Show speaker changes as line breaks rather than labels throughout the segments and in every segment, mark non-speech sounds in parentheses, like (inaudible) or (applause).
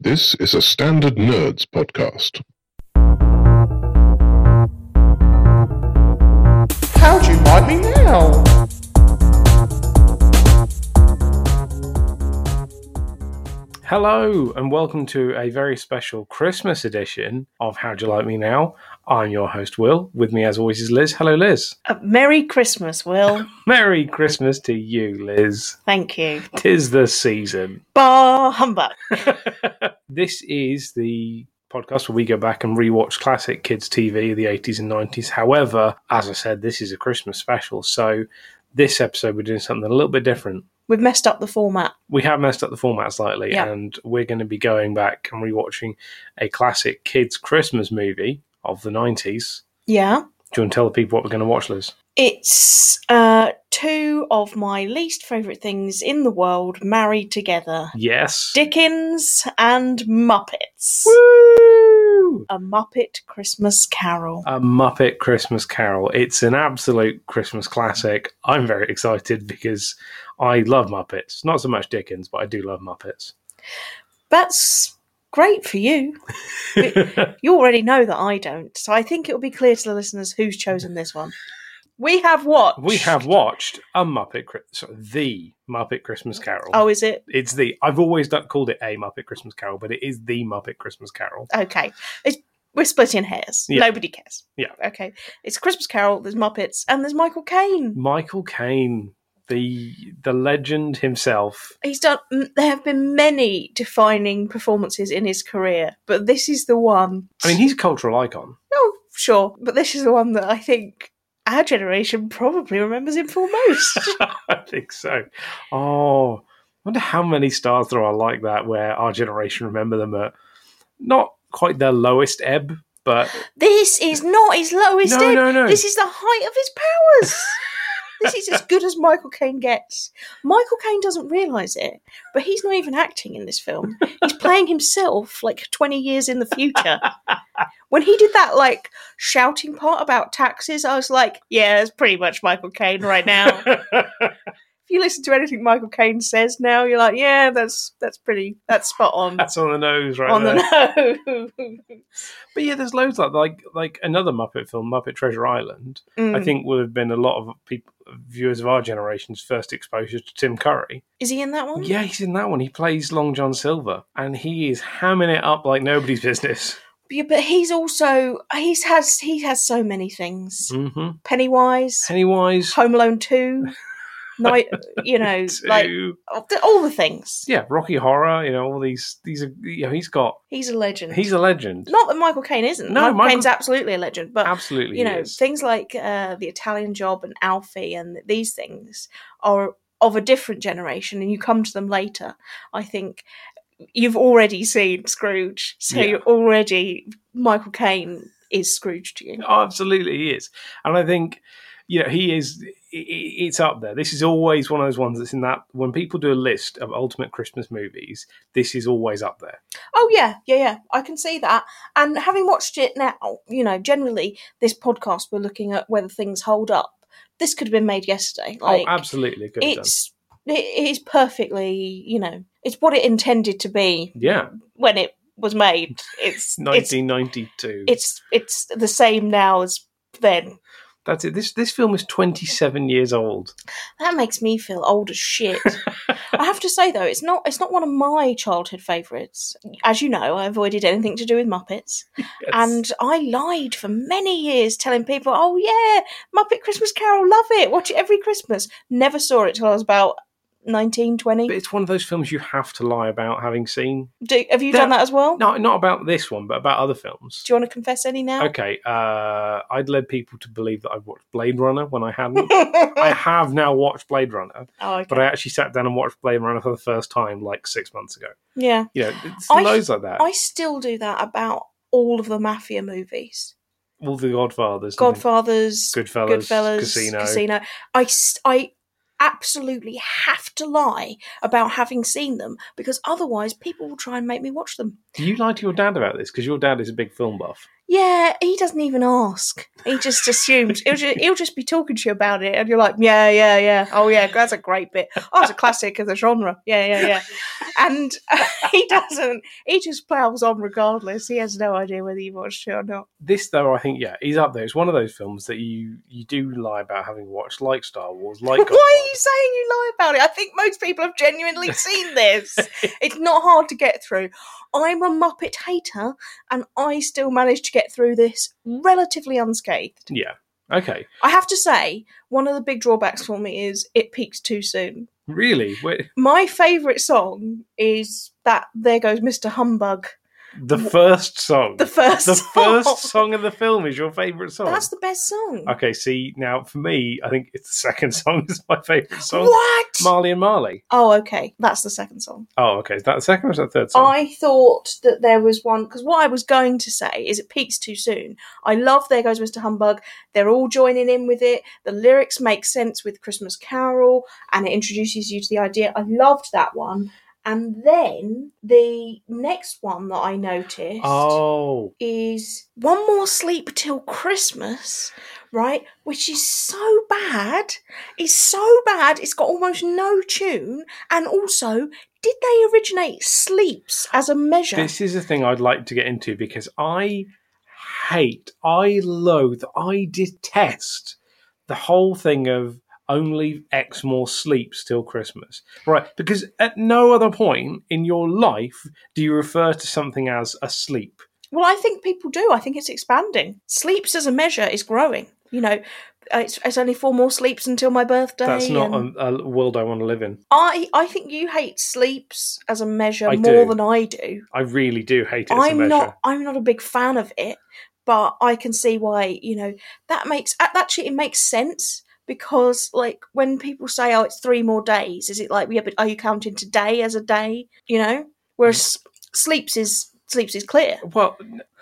This is a Standard Nerds podcast.
How'd you mind me now?
Hello, and welcome to a very special Christmas edition of How'd You Like Me Now? I'm your host, Will. With me, as always, is Liz. Hello, Liz.
Uh, Merry Christmas, Will.
Merry Christmas to you, Liz.
Thank you.
Tis the
(laughs)
season.
Bah humbug.
This is the podcast where we go back and rewatch classic kids' TV of the 80s and 90s. However, as I said, this is a Christmas special. So, this episode, we're doing something a little bit different.
We've messed up the format.
we have messed up the format slightly,
Yeah.
and we're going to be going back and rewatching a classic kids' Christmas movie of the 90s.
Yeah.
Do you want to tell the people what we're going to watch, Liz?
It's uh, two of my least favourite things in the world married together
Yes.
Dickens and Muppets.
Woo!
A Muppet Christmas Carol.
A Muppet Christmas Carol. It's an absolute Christmas classic. I'm very excited because I love Muppets. Not so much Dickens, but I do love Muppets.
That's great for you. You already know that I don't, so I think it'll be clear to the listeners who's chosen this one. We have
(laughs)
what?
we have watched a Muppet, Chri- sorry, the Muppet Christmas Carol.
Oh, is it?
It's the I've always done, called it a Muppet Christmas Carol, but it is the Muppet Christmas Carol.
Okay. It's, we're splitting hairs.
Yeah.
Nobody cares.
Yeah.
Okay. It's Christmas Carol, there's Muppets, and there's Michael Caine.
Michael Caine, the the legend himself.
He's done, m- there have been many defining performances in his career, but this is the one.
I mean, he's a cultural icon. (laughs)
oh, sure. But this is the one that I think our generation probably remembers him for most.
(laughs) I think so. Oh, I wonder how many stars there are like that where our generation remember them at not quite their lowest ebb,
(laughs)
but
this is not his lowest
no,
ebb.
no, no.
This is the height of his powers. this is as good as Michael Caine gets. Michael Caine doesn't realise it, but he's not even acting in this film. He's playing himself like 20 years in the future. When he did that, like, shouting part about taxes, I was like, yeah, that's pretty much Michael Caine right now. if you listen to anything Michael Caine says now, you're like, yeah, that's that's pretty, that's spot
(laughs)
on.
that's on the nose right
on
there.
the nose.
But yeah, there's loads like like like another Muppet film, Muppet Treasure Island. I
Mm.
think would have been a lot of people, viewers of our generation's first exposure to Tim Curry.
Is he in that one?
Yeah, he's in that one. He plays Long John Silver, and he is hamming it up like nobody's business.
Yeah, but he's also he's has he has so many things.
hmm
Pennywise,
Pennywise,
Home
(laughs)
Alone Two, night, you know, like
to-
all the- all the things.
yeah, Rocky Horror. You know, all these these are you know he's got
He's a legend.
he's a legend.
not that Michael Caine isn't.
No,
Michael,
Michael-
Caine's absolutely a legend, but
Absolutely,
you
he
know
is.
things like uh, the Italian Job and Alfie and these things are of a different generation, and you come to them later. I think you've already seen Scrooge, so
Yeah.
you're already Michael Caine is Scrooge to you.
Oh, absolutely, he is. And I think, you know, he is. i- i- It's up there. This is always one of those ones that's in that when people do a list of ultimate Christmas movies. This is always up there.
Oh yeah, yeah, yeah. I can see that. And having watched it now, you know, generally this podcast we're looking at whether things hold up. This could have been made yesterday. Like
oh, absolutely, good. Done.
it's it it is perfectly, you know, it's what it intended to be
Yeah,
when it was made.
(laughs)
It's it's
1992.
it's it's the same now as then.
That's it. This this film is 27 years old.
That makes me feel old as
(laughs)
shit. I have to say though, it's not it's not one of my childhood favourites. As you know, I avoided anything to do with Muppets. And I lied for many years telling people, oh, yeah, Muppet Christmas Carol, love it, watch it every Christmas. Never saw it till I was about 19, 20.
But it's one of those films you have to lie about having seen.
Do, have you
That-
done that as well?
No, not about this one, but about other films.
Do you want to confess any (laughs) now?
Okay, uh, I'd led people to believe that I'd watched Blade Runner when I hadn't.
(laughs)
I have now watched Blade Runner,
oh, okay.
but I actually sat down and watched Blade Runner for the first time like six months ago.
yeah.
You know, it's
I-
loads like that.
I still do that about all of the mafia movies
All the Godfathers, and
Godfathers,
things. Goodfellas,
Goodfellas,
Casino.
Casino. I, s- I absolutely have to lie about having seen them because otherwise people will try and make me watch them.
Do you lie to your dad about this? Because your dad is a big film buff.
Yeah, he doesn't even ask. He just assumes he'll just, he'll just be talking to you about it, and you're like, yeah, yeah, yeah. Oh yeah, that's a great bit. Oh, it's a classic of the genre. Yeah, yeah, yeah. And (laughs) uh, he doesn't. He just plows on regardless. He has no idea whether you watched it or not.
This though, I think, yeah, is up there. It's one of those films that you you do lie about having watched, like Star Wars, like
Why are
Godfather.
you saying you lie about it? I think most people have genuinely seen this. it's not hard to get through. I'm a Muppet hater, and I still managed to get through this relatively unscathed.
Yeah. Okay.
I have to say, one of the big drawbacks for me is it peaks too soon.
Really? Wait,
My favourite song is that There Goes Mr. Humbug,
the first song.
the first
The
(laughs) song.
first song of the film is your favourite song.
That's the best song.
Okay, see now for me, I think it's the second (laughs) song is my favourite song.
What?
Marley and Marley.
oh, okay. That's the second song.
Oh, okay. Is that the second or is that the third song?
I thought that there was one because what I was going to say is it peaks too soon. I love There Goes Mr. Humbug. They're all joining in with it. The lyrics make sense with Christmas Carol and it introduces you to the idea. I loved that one. And then the next one that I noticed
oh,
is One More Sleep Till Christmas, right? Which is so bad. It's so bad. It's got almost no tune. And also, did they originate sleeps as a measure?
this is a thing I'd like to get into because I hate, I loathe, I detest the whole thing of only X more sleeps till Christmas. Right, because at no other point in your life do you refer to something as a sleep.
well, I think people do. I think it's expanding. Sleeps as a measure is growing. You know, uh, it's, it's only four more sleeps until my birthday.
That's not
and-
a, a world I want to live in.
I I think you hate sleeps as a measure
I
more
do.
than I do.
I really do hate it as a
I'm
measure.
not I'm not a big fan of it, but I can see why, you know, that makes a- actually it makes sense because like when people say oh it's three more days, is it like yeah, but are you counting today as a day, you know? Whereas sleeps is sleeps is clear.
Well,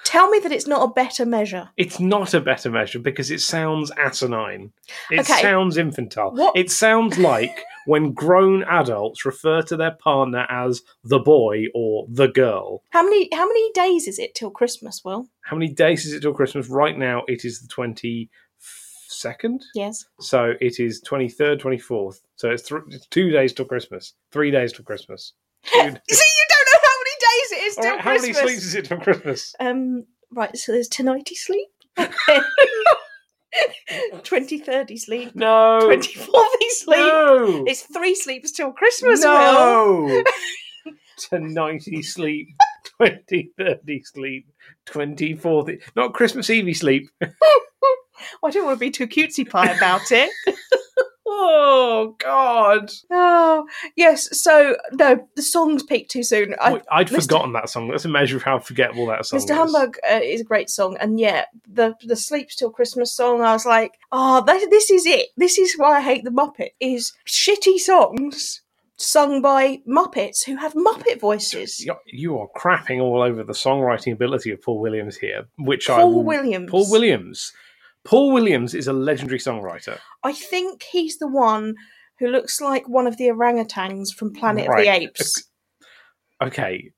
Tell me that it's not a better measure.
it's not a better measure because it sounds asinine. It
Okay.
sounds infantile.
What-
It sounds like when grown adults refer to their partner as the boy or the girl.
How many how many days is it till Christmas, Will?
How many days is it till Christmas? Right now, it is the 22nd.
Yes.
So it is 23rd, 24th. So it's, th- it's two days till Christmas, three days till Christmas.
(laughs) See, you don't know how many days it is till
All right, how many
Christmas.
sleeps is it till Christmas?
Um, right, so there's tonighty (laughs) sleep, twenty thirty sleep, (laughs)
No.
twenty forty sleep.
No.
It's three sleeps till Christmas. Will.
No! (laughs) to 90 sleep, 20, 30 sleep, 20, 40. Not Christmas Eve sleep.
I don't want to be too cutesy pie
(laughs)
about it.
Oh, God.
Oh yes, so no, the songs peak too soon. I,
Wait, I'd
Mr.
forgotten that song. That's a measure of how forgettable that song is.
Mr. Humbug uh, is a great song, and yeah, the the sleeps till Christmas song. I was like, oh, that, this is it. This is why I hate the Muppet. Is shitty songs sung by Muppets who have Muppet voices.
You- You are crapping all over the songwriting ability of Paul Williams here, which I
Paul
will-
Williams.
Paul Williams. Paul Williams is a legendary songwriter.
I think he's the one who looks like one of the orangutans from Planet of
Right.
the Apes.
Okay,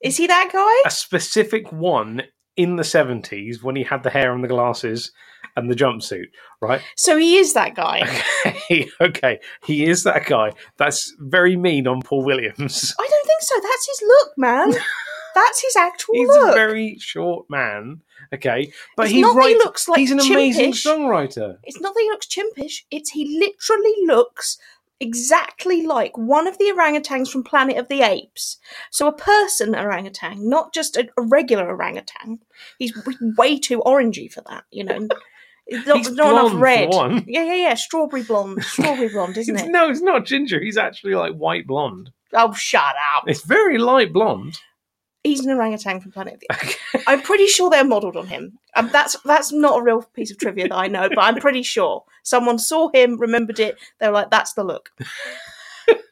Is he that guy?
a specific one in the 70s when he had the hair and the glasses and the jumpsuit, right?
So he is that guy.
Okay, (laughs) okay, he is that guy. That's very mean on Paul Williams. (laughs)
I don't think so. That's his look, man. That's his actual
He's a
look.
very short man. Okay, but
It's
he
not that he
writes.
looks like
he's an amazing
chimpish.
songwriter.
It's not that he looks chimpish. It's he literally looks exactly like one of the orangutans from Planet of the Apes. So a person orangutan, not just a, a regular orangutan. He's w- way too orangey for that,
(laughs)
you know. It's Not,
He's
not
blonde
enough
for
red.
one.
Yeah, yeah, yeah. Strawberry blonde. Strawberry
(laughs)
blonde, isn't
It's-
it?
no, it's not ginger. He's actually like white blonde.
Oh, shut up.
It's very light blonde.
He's an orangutan from Planet of the
(laughs)
Apes. I'm pretty sure they're modelled on him. Um, that's that's not a real piece of trivia that I know, but I'm pretty sure someone saw him, remembered it. They were like, "That's
(laughs)
the look."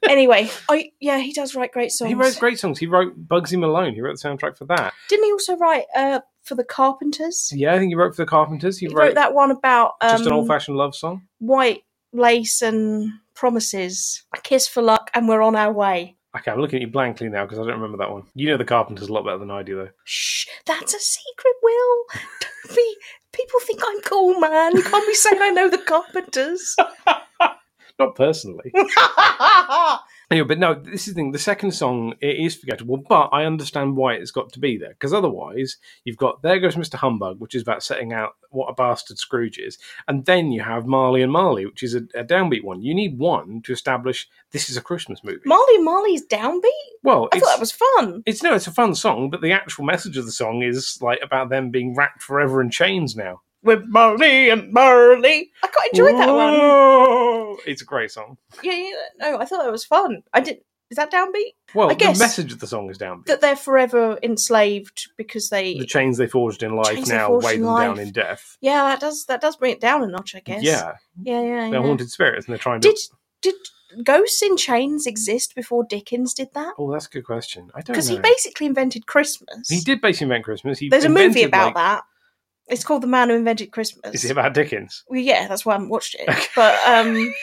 anyway, I yeah, he does write great songs.
He wrote great songs. He wrote Bugsy Malone. He wrote the soundtrack for that.
Didn't he also write uh, for the Carpenters?
Yeah, I think he wrote for the Carpenters. He,
He wrote, that one about um,
just an old-fashioned love song.
white lace and promises, a kiss for luck, and we're on our way.
Okay, I'm looking at you blankly now because I don't remember that one. You know the Carpenters a lot better than I do, though.
Shh, that's a secret, Will. Don't be. People think I'm cool, man. Can't be saying I know the carpenters.
Not personally. anyway, but no, this is the thing. The second song it is forgettable, but I understand why it's got to be there because otherwise you've got "There Goes Mr. Humbug," which is about setting out what a bastard Scrooge is, and then you have "Marley and Marley," which is a, a downbeat one. You need one to establish this is a Christmas
(laughs)
movie.
Marley Marley's downbeat?
well,
I
it's,
thought that was fun.
it's no, it's a fun song, but the actual message of the song is like about them being wrapped forever in chains now.
With Marley and Marley. I quite enjoyed that one.
Whoa! It's a great song.
Yeah, yeah, no, I thought that was fun. I did. Is that downbeat?
Well,
I guess-
the message of the song is downbeat.
That they're forever enslaved because they.
the chains they forged in life
Chains they
now
forged
weigh
in
them
life.
down in death.
yeah, that does that does bring it down a notch, I guess.
Yeah,
yeah, yeah.
they're
yeah.
haunted spirits, and they're trying
Did
to.
did ghosts in chains exist before Dickens did that?
Oh, that's a good question. I don't know.
Because he basically invented Christmas.
He did basically invent Christmas. He
There's a movie
invented,
about
like-
that. It's called The Man Who Invented Christmas.
Is it about Dickens?
Well, yeah, that's why I haven't watched it.
Okay.
But
(laughs)
um,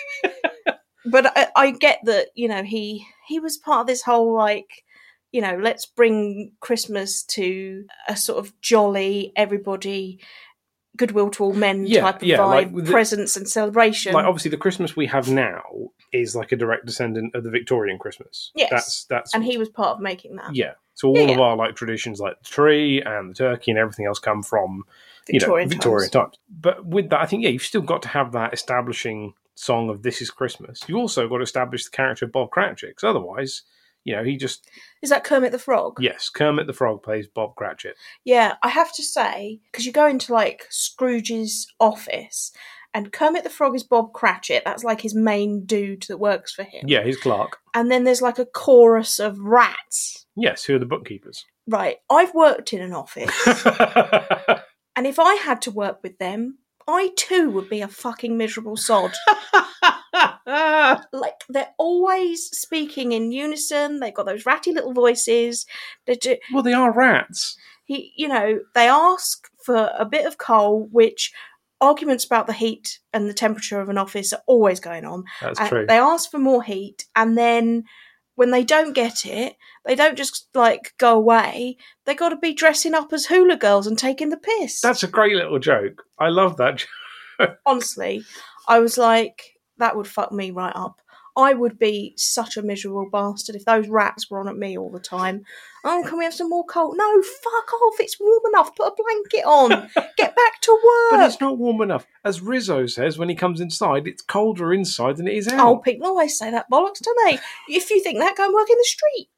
but I, I get that you know he he was part of this whole like you know let's bring Christmas to a sort of jolly everybody, goodwill to all men
Yeah,
type of
yeah,
vibe,
like with the-
presents and celebration.
Like obviously, the Christmas we have now is like a direct descendant of the Victorian Christmas.
Yes.
that's that's
and he was part of making that
yeah. So all
Yeah,
of
yeah.
our like traditions, like the tree and the turkey and everything else, come from
Victorian
you know,
times.
Victorian times. But with that, I think yeah, you've still got to have that establishing song of "This is Christmas." You've also got to establish the character of Bob Cratchit, because otherwise, you know, he just
Is that Kermit the Frog?
Yes, Kermit the Frog plays Bob Cratchit.
Yeah, I have to say, because you go into like Scrooge's office, and Kermit the Frog is Bob Cratchit. That's like his main dude that works for him.
Yeah, he's Clark.
And then there's like a chorus of rats.
Yes, who are the
(laughs)
bookkeepers? (laughs)
Right. I've worked in an office,
I
and if I had to work with them, I too would be a fucking miserable sod. like they're always speaking in unison. They've got those ratty little voices. They do,
well, they are rats.
he you know they ask for a bit of coal which arguments about the heat and the temperature of an office are always going on
That's
And
true.
Uh, they ask for more heat and then when they don't get it they don't just like go away they got to be dressing up as hula girls and taking the piss
That's a great little joke. I love that. jo-
honestly i was like that would fuck me right up I would be such a miserable bastard if those rats were on at me all the time. Oh, can we have some more coal? No, fuck off. It's warm enough. Put a
(laughs)
blanket on. Get back to work.
But it's not warm enough. As Rizzo says, when he comes inside, it's colder inside than it is
Oh,
out.
people always say that bollocks, don't they? If you think that, go and work in the street.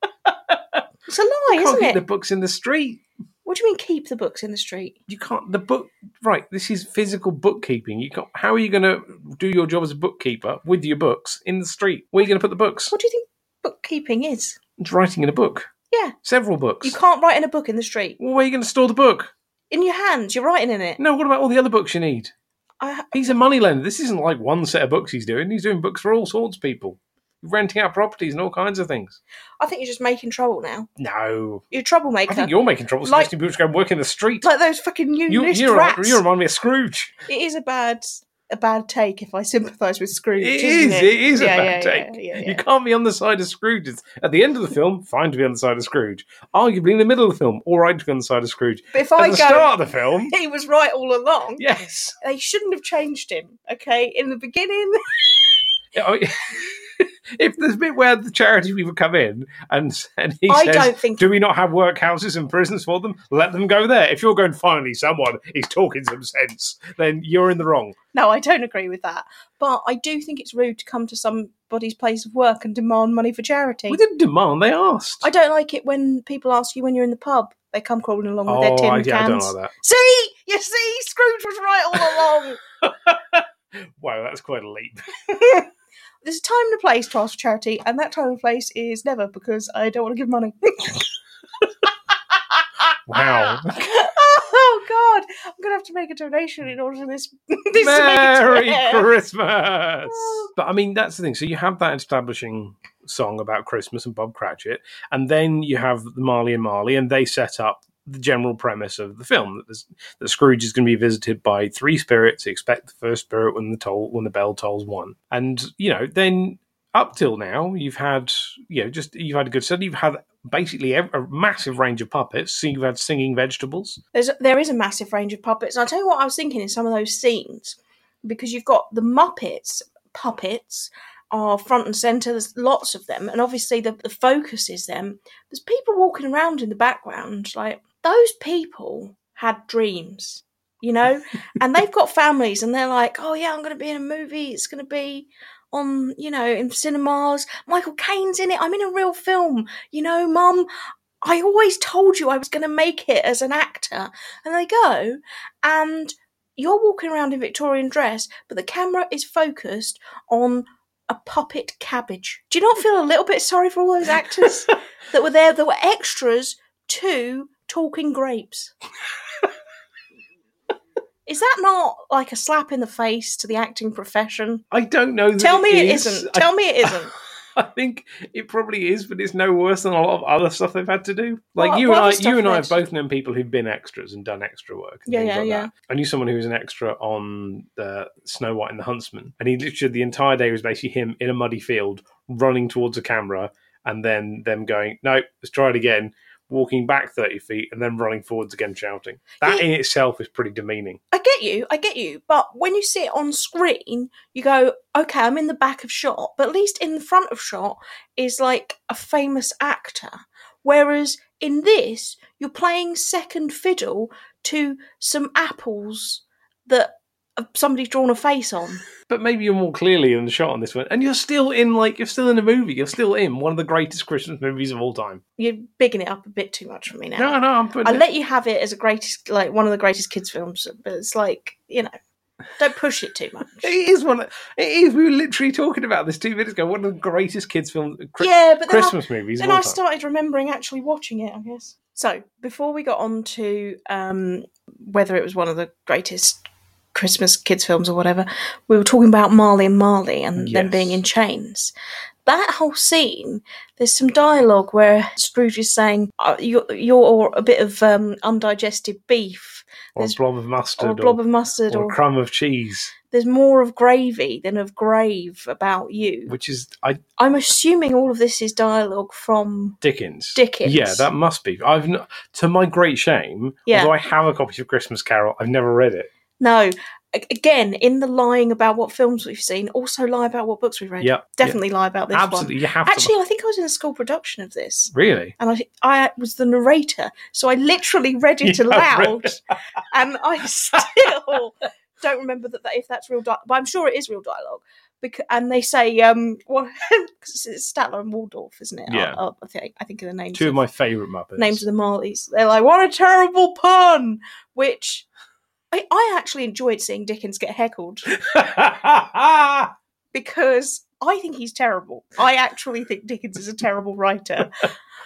It's
(laughs)
a lie,
you can't
isn't
keep
it?
the books in the street.
What do you mean keep the books in the street?
You can't. The book. Right. This is physical bookkeeping. You can't. How are you going to do your job as a bookkeeper with your books in the street? Where are you going to put the books?
What do you think bookkeeping is?
It's writing in a book.
Yeah.
Several books.
You can't write in a book in the street.
Well, where are you going to store the book?
In your hands, you're writing in it.
No, what about all the other books you need?
I,
He's a moneylender. This isn't like one set of books he's doing. He's doing books for all sorts of people, renting out properties and all kinds of things.
I think you're just making trouble now.
No,
You're a
I
troublemaker.
think you're making trouble
Like-
suggesting people should go and work in the street.
like those fucking
you,
unionist
you,
rats.
you remind me of Scrooge.
It is a bad a bad take if I sympathise with Scrooge.
It
isn't
is. It is
Yeah,
a bad
yeah,
take.
yeah, yeah,
You
yeah.
can't be on the side of Scrooge. It's, at the end of the film, fine to be on the side of Scrooge. Arguably in the middle of the film, all right to be on the side of Scrooge.
But if
At
I
the
go,
start of the film,
(laughs) he was right all along.
yes. (laughs)
They shouldn't have changed him. Okay, in the beginning,
Oh, if there's a bit where the charity people come in and, and he
I
says,
don't think.
Do we not have workhouses and prisons for them? Let them go there. If you're going, finally, someone is talking some sense, then you're in the wrong.
No, I don't agree with that. But I do think it's rude to come to somebody's place of work and demand money for charity.
We didn't demand, they asked.
I don't like it when people ask you when you're in the pub. They come crawling along with their
oh,
tin
I, yeah, I
cans.
don't like that.
See, you see, Scrooge was right
(laughs)
all along.
Wow, that's quite a leap.
There's a time and a place to ask for charity, and that time and place is never because I don't want to give
(laughs)
money. (laughs)
Wow.
oh God, I'm gonna have to make a donation in order for this. (laughs) this Oh.
Merry
week's-
Christmas! But I mean, that's the thing. So you have that establishing song about Christmas and Bob Cratchit, and then you have the Marley and Marley, and they set up the general premise of the film that, there's, that Scrooge is going to be visited by three spirits. Expect the first spirit when the toll when the bell tolls one, and you know then. up till now, you've had you know just you've had a good set. You've had basically ev- a massive range of puppets. So you've had singing vegetables.
There's there is a massive range of puppets. And I'll tell you what I was thinking in some of those scenes, because you've got the Muppets puppets are front and centre. There's lots of them, and obviously the, the focus is them. There's people walking around in the background. Like those people had dreams, you know, and they've got families, and they're like, oh yeah, I'm going to be in a movie. It's going to be on, you know, in cinemas. Michael Caine's in it. I'm in a real film. You know, Mum, I always told you I was going to make it as an actor. And they go, and you're walking around in Victorian dress, but the camera is focused on a puppet cabbage. Do you not feel a little bit sorry for all
(laughs)
those actors that were there that were extras to Talking Grapes? Is that not like a slap in the face to the acting profession?
I don't know. That
Tell me it
is.
isn't.
I-
Tell me it isn't.
(laughs) I think it probably is, but it's no worse than a lot of other stuff they've had to do. Like
What-
you
what
and I,
other stuff
you and I
have
have
they had
both known people who've been extras and done extra work. and
Yeah,
things
yeah,
like
yeah.
That. I knew someone who was an extra on uh, Snow White and the Huntsman, and he literally the entire day was basically him in a muddy field running towards a camera, and then them going, "No, let's try it again." Walking back thirty feet and then running forwards again, shouting. That
Yeah.
in itself is pretty demeaning.
I get you, I get you, but when you see it on screen, you go, okay, I'm in the back of shot, but at least in the front of shot is like a famous actor. Whereas in this, you're playing second fiddle to some apples that uh, somebody's drawn a face on.
But maybe you're more clearly in the shot on this one, and you're still in like you're still in a movie. You're still in one of the greatest Christmas movies of all time.
You're bigging it up a bit too much for me now.
No, no, I'm putting
I
it-
let you have it as a greatest, like one of the greatest kids films, but it's like you know, don't push
(laughs)
it too much.
It is one. Of, it is. We were literally talking about this two minutes ago. One of the greatest kids' film, cri-
yeah, but then I-
Christmas movies.
Then
of all
I
time.
started remembering actually watching it, I guess. So before we got on to um, whether it was one of the greatest Christmas kids films or whatever, we were talking about Marley and Marley and them
Yes.
being in chains. That whole scene, there's some dialogue where Scrooge is saying, "Uh, "You're, you're a bit of um, undigested beef,
or a
there's-
blob of mustard,
or a blob of mustard,
or
or,
a crumb of cheese,
there's more of gravy than of grave about you."
which is I
I'm assuming all of this is dialogue from
Dickens.
Dickens.
Yeah, that must be. I've not, to my great shame,
Yeah.
although I have a copy of Christmas Carol, I've never read it.
No. A- Again, in the lying about what films we've seen, also lie about what books we've read.
Yeah,
Definitely lie about this
Absolutely, you have
one. Actually, I think I was in a school production of this.
to. Really,
And I, I was the narrator, so I literally read
(laughs)
it
You have
aloud, (laughs) and I still don't remember that, that if that's real dialogue, but I'm sure it is real dialogue. Because, and they say, um, (laughs) well, 'cause it's Statler and Waldorf, isn't it?
Yeah.
I, I think I think of the names.
two
of
of my favourite Muppets.
names of the Marleys. They're like, what a terrible pun! Which I, I actually enjoyed seeing Dickens get heckled
(laughs)
because I think he's terrible. I actually think Dickens is a terrible writer.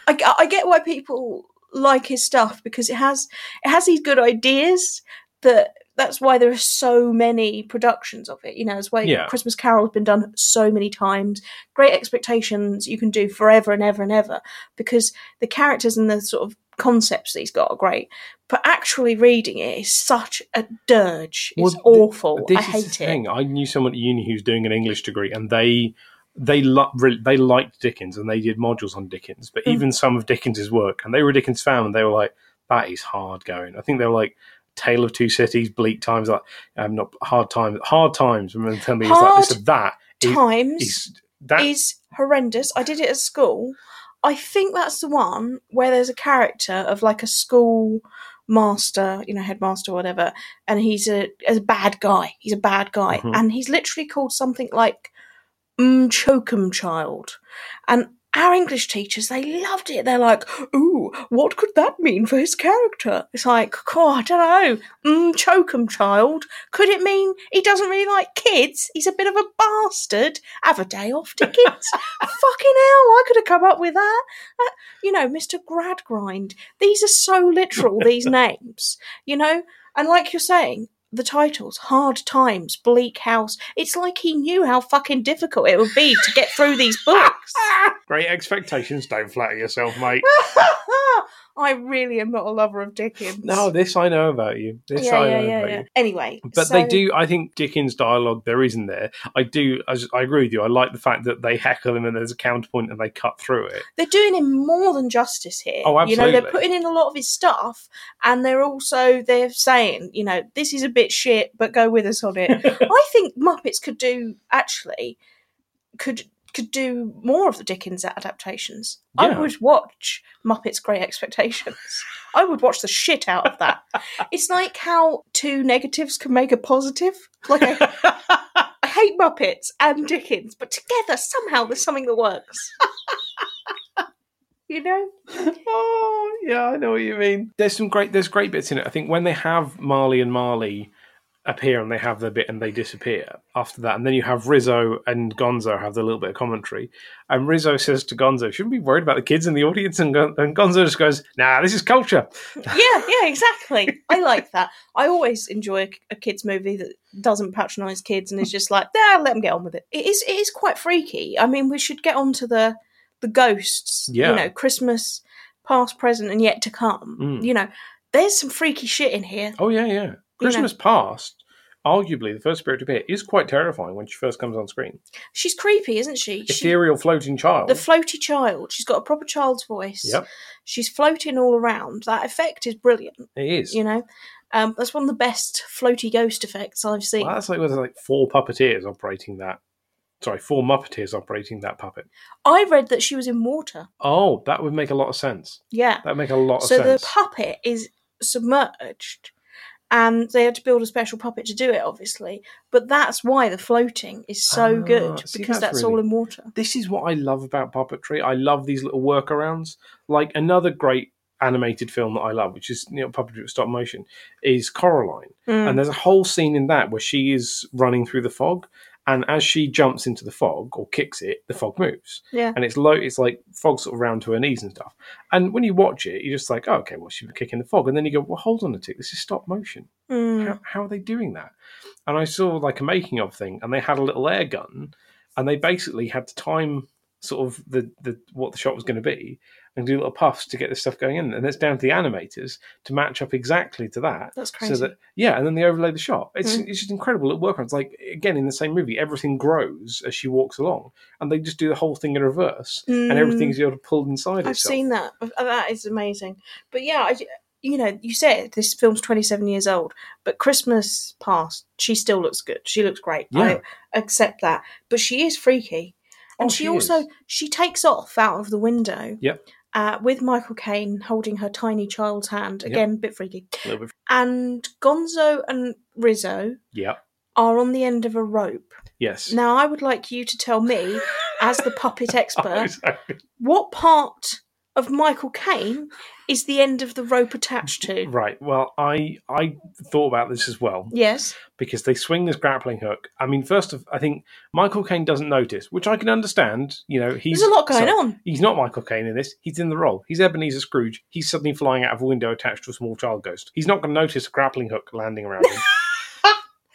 I, g- I get why people like his stuff because it has it has these good ideas that that's why there are so many productions of it. You know, it's why
Yeah.
Christmas Carol's been done so many times. Great Expectations you can do forever and ever and ever because the characters and the sort of concepts that he's got are great. But actually reading it is such a dirge.
Well,
It's
th-
awful.
This
I
is
hate
the
it.
thing. I knew someone at uni who's doing an English degree, and they they lo- re- they liked Dickens, and they did modules on Dickens. But
Mm.
even some of Dickens's work, and they were a Dickens fan, and they were like, "That is hard going." I think they were like. Tale of Two Cities, Bleak Times, like um, not hard times, hard times. Remember, tell me, it's like
Hard
this and that is
Times.
is that
is horrendous. I did it at school. I think that's the one where there's a character of like a school master, you know, headmaster or whatever, and he's a, a bad guy. He's a bad guy.
Mhm.
And he's literally called something like mm, Chokum Child. And our English teachers, they loved it. They're like, ooh, what could that mean for his character? It's like, God, I don't know. Mm, Chokum Child. Could it mean he doesn't really like kids? He's a bit of a bastard. Have a day off to kids. Fucking hell, I could have come up with that. That- you know, Mr.
(laughs)
Gradgrind. These are so literal, these names, you know? And like you're saying, the titles Hard Times, Bleak House. It's like he knew how fucking difficult it would be to get through these
(laughs)
books.
Great expectations. Don't flatter yourself, mate.
I really am not a lover of Dickens.
No, this I know about you. This I know about you.
Anyway,
But they
so-
do. I think Dickens' dialogue there is in there. I do. I, s- I agree with you. I like the fact that they heckle him and there's a counterpoint and they cut through it.
They're doing him more than justice here.
Oh,
You know,
absolutely.
they're putting in a lot of his stuff, and they're also they're saying, you know, this is a bit shit, but go with us on it. (laughs) I think Muppets could do actually could could do more of the Dickens adaptations. I
Yeah.
would watch Muppets Great Expectations. I would watch the shit out of that. it's like how two negatives can make a positive. Like I, I hate Muppets and Dickens, but together somehow there's something that works. you know?
oh, yeah, I know what you mean. There's some great. There's great bits in it. I think when they have Marley and Marley appear and they have their bit and they disappear after that, and then you have Rizzo and Gonzo have their little bit of commentary, and Rizzo says to Gonzo, "Shouldn't be worried about the kids in the audience," and, Gon- and Gonzo just goes, "Nah, this is culture."
Yeah, yeah, exactly. I like that. I always enjoy a, a kids movie that doesn't patronise kids and is just like, ah, let them get on with it. It is it is quite freaky. I mean, we should get on to the the ghosts.
Yeah.
You know, Christmas, past, present, and yet to come.
Mm.
You know, there's some freaky shit in here.
Oh yeah, yeah. Christmas past, arguably the first spirit to appear, is quite terrifying when she first comes on screen.
She's creepy, isn't she? she
Ethereal floating child.
the floaty child. She's got a proper child's voice.
Yep.
She's floating all around. That effect is brilliant,
it is.
you know. Um, that's one of the best floaty ghost effects I've seen.
Well, that's like there's like four puppeteers operating that. Sorry, four muppeteers operating that puppet.
I read that she was in water.
Oh, that would make a lot of sense.
Yeah.
That would make a lot
So
of sense.
the puppet is submerged, and they had to build a special puppet to do it, obviously. But that's why the floating is so
Ah,
good
see,
because
that's
that's,
really-
all in water.
this is what I love about puppetry. I love these little workarounds. Like another great animated film that I love, which is you know, puppetry with stop motion, is Coraline.
Mm.
And there's a whole scene in that where she is running through the fog, and as she jumps into the fog or kicks it, the fog moves,
Yeah.
and it's low. It's like fog sort of round to her knees and stuff. And when you watch it, you're just like, oh, okay, well she was kicking the fog, and then you go, well, hold on a tick, this is stop motion.
Mm.
How, how are they doing that? And I saw like a making of thing, and they had a little air gun, and they basically had to time sort of the, the what the shot was going to be and do little puffs to get this stuff going in and it's down to the animators to match up exactly to that
That's crazy. Mm.
so that yeah and then they overlay the shot it's, it's just incredible at work it's like again in the same movie everything grows as she walks along and they just do the whole thing in reverse and
Mm.
everything's able to pull inside
I've
itself
seen that. Uh, That is amazing. But yeah, I, you know, you said this film's 27 years old, but Christmas past, she still looks good. She looks great.
Yeah.
I accept that. But she is freaky. And
Oh,
she,
she
also
is.
she takes off out of the window.
Yep.
Uh, with Michael Caine holding her tiny child's hand.
Yep.
Again, bit freaky.
A little bit-
And Gonzo and Rizzo
yeah
are on the end of a rope.
yes (laughs)
Now, I would like you to tell me, as the puppet expert,
Exactly.
what part of Michael Caine is the end of the rope attached to?
right well i i thought about this as well
Yes.
because they swing this grappling hook i mean first of i think michael caine doesn't notice which i can understand you know he's
There's a lot going
so-
on.
He's not Michael Caine in this. He's in the role. He's Ebenezer Scrooge. He's suddenly flying out of a window attached to a small child ghost. He's not going to notice a grappling hook landing around him.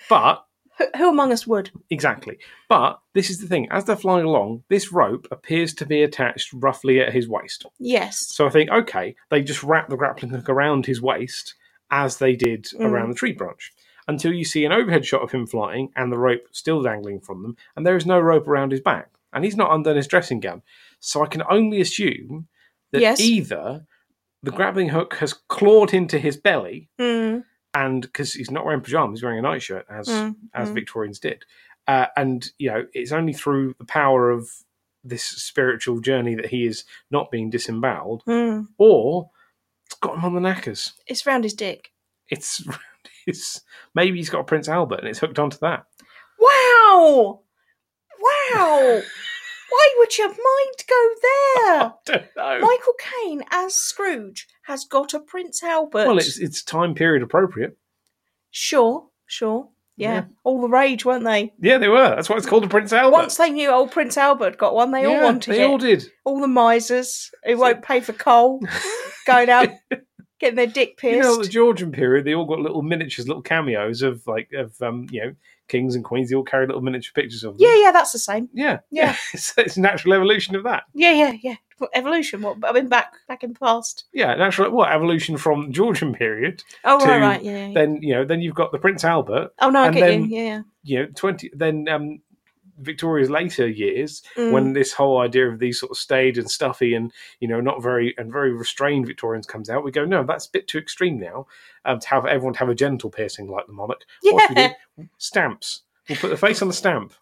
but
Who, who among us would?
exactly. But this is the thing. As they're flying along, this rope appears to be attached roughly at his waist.
Yes.
So I think okay, they just wrap the grappling hook around his waist as they did
Mm.
around the tree branch. Until you see an overhead shot of him flying and the rope still dangling from them, and there is no rope around his back, and he's not undone his dressing gown. So I can only assume that
Yes.
either the grappling hook has clawed into his belly,
Mm,
and because he's not wearing pajamas, he's wearing a nightshirt, as
mm,
as
mm.
Victorians did, uh, and you know it's only through the power of this spiritual journey that he is not being disemboweled
mm.
or it's got him on the knackers.
It's round his dick.
It's, (laughs) it's maybe he's got a Prince Albert and it's hooked onto that. (laughs)
Wow! Wow! Why would your mind go there?
(laughs) Don't know.
Michael Caine as Scrooge has got a Prince Albert.
well, it's it's time period appropriate.
sure, sure. Yeah.
Yeah.
All the rage, weren't they?
Yeah, they were. That's why it's called a Prince Albert.
Once they knew old Prince Albert got one, they all
Yeah,
wanted
They
it.
all did. (laughs)
all the misers who won't pay for coal going out getting their dick pierced.
You know, the Georgian period, they all got little miniatures, little cameos of like of um, you know kings and queens. They all carry little miniature pictures of them.
yeah, yeah, that's the same.
yeah,
Yeah.
so (laughs) it's a natural evolution of that.
Yeah, yeah, yeah. What, evolution. What? I mean, back back in the past.
Yeah, natural what evolution from Georgian period.
Oh,
To
right, right. Yeah. yeah.
Then you know, then you've got the Prince Albert.
oh no, I
and
get
then-
you. Yeah, yeah.
You know, twenty. Then um, Victoria's later years,
Mm.
when this whole idea of these sort of staid and stuffy and you know not very and very restrained Victorians comes out, we go no, that's a bit too extreme now. Um, to have everyone to have a genital piercing like the monarch. What should we
yeah.
do? Stamps. We'll put the face on the stamp.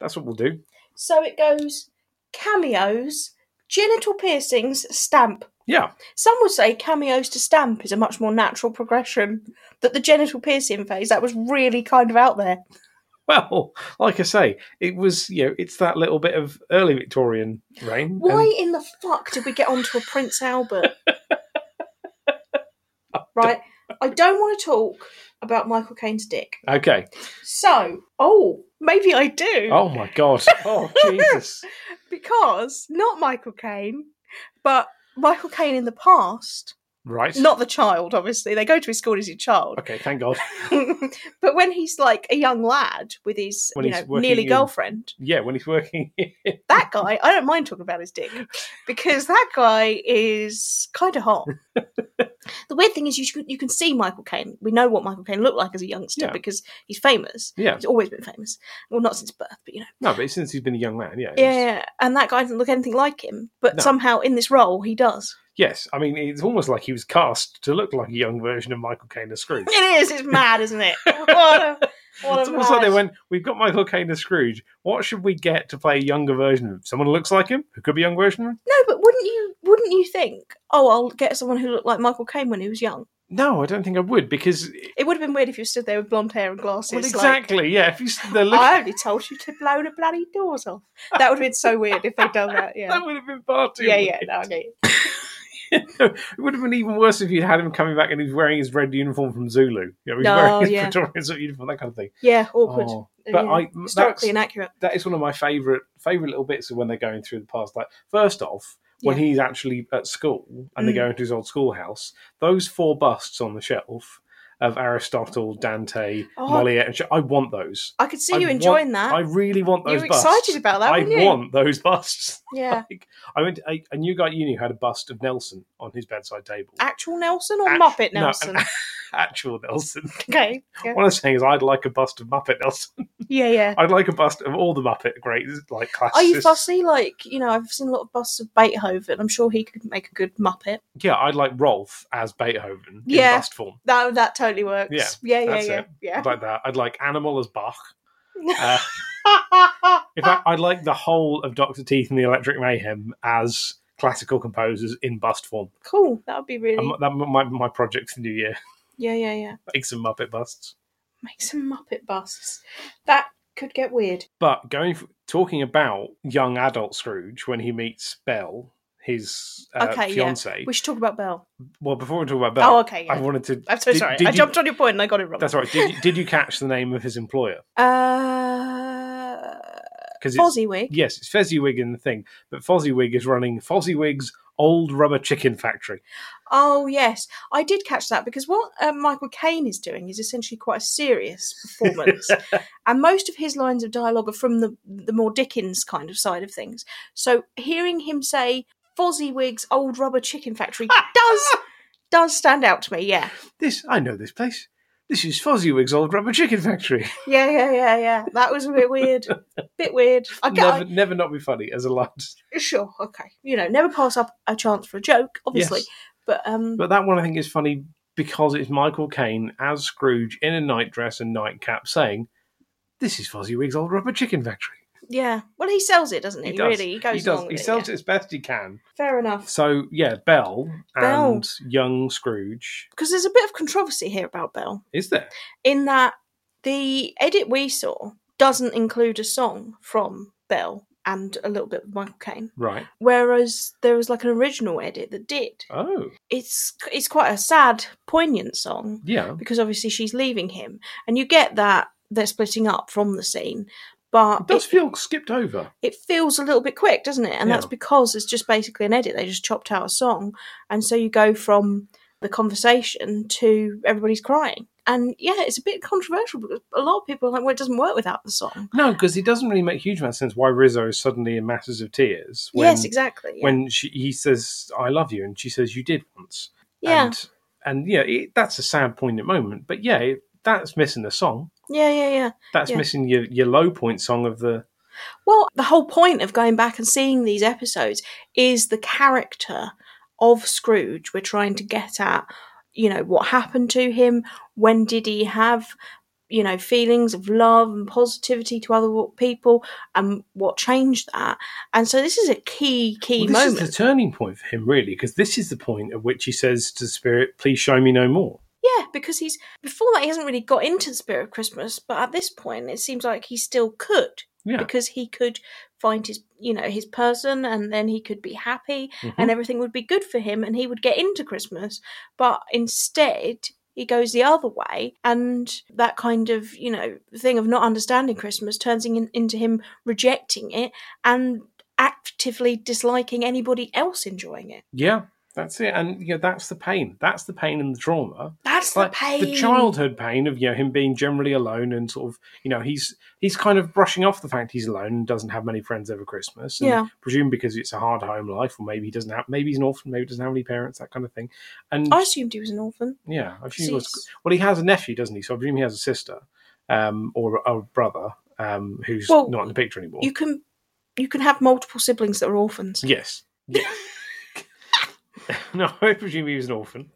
That's what we'll do.
So it goes cameos, genital piercings, stamp.
Yeah,
Some would say cameos to stamp is a much more natural progression. That the genital piercing phase that was really kind of out there.
well, like I say, it was you know it's that little bit of early Victorian reign. and-
Why in the fuck did we get onto a Prince Albert? right. I don't want to talk about Michael Caine's dick.
okay.
So, oh, maybe I do.
Oh my god.
(laughs)
Oh Jesus.
Because not Michael Caine, but Michael Caine in the past.
Right.
Not the child, obviously. They go to his school as a child.
Okay. Thank God.
(laughs) but when he's like a young lad with his
When
you
he's
know,
working
nearly
in-
girlfriend,
Yeah, when he's working.
that guy, I don't mind talking about
(laughs)
his dick because that guy is kind
(laughs)
of hot. the weird thing is, you, can- you can see Michael Caine. We know what Michael Caine looked like as a youngster
Yeah.
because he's famous.
yeah.
He's always been famous. Well, not since birth, but you know.
No, but since he's been a young man, yeah.
Yeah,
he's-
yeah, and that guy doesn't look anything like him, but
No.
somehow in this role he does.
Yes. I mean, it's almost like he was cast to look like a young version of Michael Caine as Scrooge.
It is. It's mad,
(laughs)
isn't it? What a, (laughs) what a
It's almost like they
mad-
went, we've got Michael Caine as Scrooge. What should we get to play a younger version of him? Someone who looks like him? Who could be a young version of him?
No, but wouldn't you? Wouldn't you think? Oh, I'll get someone who looked like Michael Caine when he was young.
No, I don't think I would because.
It would have been weird if you stood there with blonde hair and glasses.
well,
like,
exactly. yeah. If you stood there looking.
I only told you to blow the bloody doors off. That would have been so weird if they'd done that.
(laughs)
Yeah.
That would have been far too.
Yeah, yeah,
weird.
no, I get you.
it would have been even worse if you'd had him coming back and he's wearing his red uniform from Zulu. You know, he's
No,
wearing his
yeah.
Praetorian sort of uniform, that kind of thing.
Yeah, awkward.
Oh, but
Yeah.
I that's-
historically inaccurate.
that is one of my favorite favorite little bits of when they're going through the past. Like first off, when
Yeah.
he's actually at school and they
Mm.
go into his old schoolhouse, those four busts on the shelf of Aristotle, Dante,
Oh.
Moliere, and sh- I want those.
I could see
I
you
want-
enjoying that.
I really want
you
those.
were
busts.
excited about that,
I
weren't you?
want those (laughs) busts.
Yeah.
Like, I went. To, I, I knew a guy at uni who had a bust of Nelson on his bedside table.
Actual Nelson or
Act-
Ah, Muppet
no,
Nelson? (laughs)
an (laughs) actual Nelson.
okay. Yeah.
What I'm saying is, I'd like a bust of Muppet Nelson. (laughs)
yeah, yeah.
I'd like a bust of all the Muppet great like classics.
Are you fussy? Like, you know, I've seen a lot of busts of Beethoven. I'm sure he could make a good Muppet.
Yeah, I'd like Rolf as Beethoven
Yeah.
in bust form.
That that totally works.
Yeah,
yeah, yeah,
that's
yeah.
it.
yeah.
I'd like that. I'd like Animal as Bach. Uh,
(laughs)
in fact, I'd like the whole of Doctor Teeth and the Electric Mayhem as classical composers in bust form.
cool. That would be really.
And that might be my project for the new year. (laughs)
yeah, yeah, yeah.
Make some Muppet busts.
Make some Muppet busts. That could get weird.
But going for, talking about young adult Scrooge when he meets Belle, his uh,
Okay, yeah.
fiance.
We should talk about Belle.
Well, before we talk about Belle,
oh, okay. Yeah.
I wanted to.
I'm so
did-
sorry.
did
I
you-
jumped on your point and I got it wrong.
That's all right. Did you, did you catch the name of his employer?
Uh,
Because
Fozziewig.
Yes, it's Fezziwig in the thing, but Fozziwig is running Fozziwig's old rubber chicken factory.
Oh yes, I did catch that because what uh, Michael Caine is doing is essentially quite a serious
(laughs)
performance, and most of his lines of dialogue are from the the more Dickens kind of side of things. So hearing him say Fozziewig's old rubber chicken
(laughs)
factory does does stand out to me. Yeah,
This I know this place. This is Fozziwig's old rubber chicken
(laughs)
factory.
yeah, yeah, yeah, yeah. That was a bit
(laughs)
weird, bit weird. I, get-
never, never not be funny as a lad.
I- sure, okay, you know, never pass up a chance for a joke, obviously,
Yes.
but um,
But that one I think is funny because it's Michael Caine as Scrooge in a nightdress and nightcap saying, "This is Fozziwig's old rubber chicken factory."
yeah. Well, he sells it, doesn't he?
He does.
Really, he goes
he does.
along
He
with it,
sells
yeah.
it as best he can.
Fair enough.
So yeah, Belle
Belle.
and young Scrooge.
because there's a bit of controversy here about Bell
Is there?
in that the edit we saw doesn't include a song from Bell and a little bit of Michael Caine,
Right.
whereas there was like an original edit that did.
Oh
It's it's quite a sad, poignant song
yeah.
because obviously she's leaving him, and you get that they're splitting up from the scene, but
It does feel skipped over.
it feels a little bit quick, doesn't it? And
Yeah.
that's because it's just basically an edit. They just chopped out a song. And so you go from the conversation to everybody's crying. And yeah, it's a bit controversial because a lot of people are like, well, it doesn't work without the song.
No, because it doesn't really make huge amount of sense why Rizzo is suddenly in masses of tears. When,
yes, exactly. yeah.
When she, he says, I love you, and she says, You did once.
yeah.
And, and yeah, it, that's a sad, poignant moment. But yeah, it, that's missing the song.
yeah, yeah, yeah.
That's
Yeah.
missing your, your low point song of the.
Well, the whole point of going back and seeing these episodes is the character of Scrooge. We're trying to get at, you know, what happened to him, when did he have, you know, feelings of love and positivity to other people, and what changed that. And so this is a key, key
Well, this
moment.
is the turning point for him, really, because this is the point at which he says to the spirit, Please show me no more.
Yeah, because he's before that he hasn't really got into the spirit of Christmas, but at this point it seems like he still could
Yeah.
because he could find his, you know, his person, and then he could be happy,
Mm-hmm.
and everything would be good for him, and he would get into Christmas. But instead, he goes the other way, and that kind of, you know, thing of not understanding Christmas turns in, into him rejecting it and actively disliking anybody else enjoying it.
yeah, that's it. And yeah, that's the pain. That's the pain and the trauma.
That's the
like
pain.
the childhood pain of you know him being generally alone and sort of you know he's he's kind of brushing off the fact he's alone and doesn't have many friends over Christmas. And
Yeah.
presume because it's a hard home life, or maybe he doesn't have maybe he's an orphan, maybe he doesn't have any parents, that kind of thing. And
I assumed he was an orphan.
yeah, I presume he was,
He's-
well he has a nephew, doesn't he? So I presume he has a sister um, or a brother um, who's
Well,
not in the picture anymore.
you can you can have multiple siblings that are orphans.
Yes.
(laughs)
Yes. (laughs) no, I presume he was an orphan.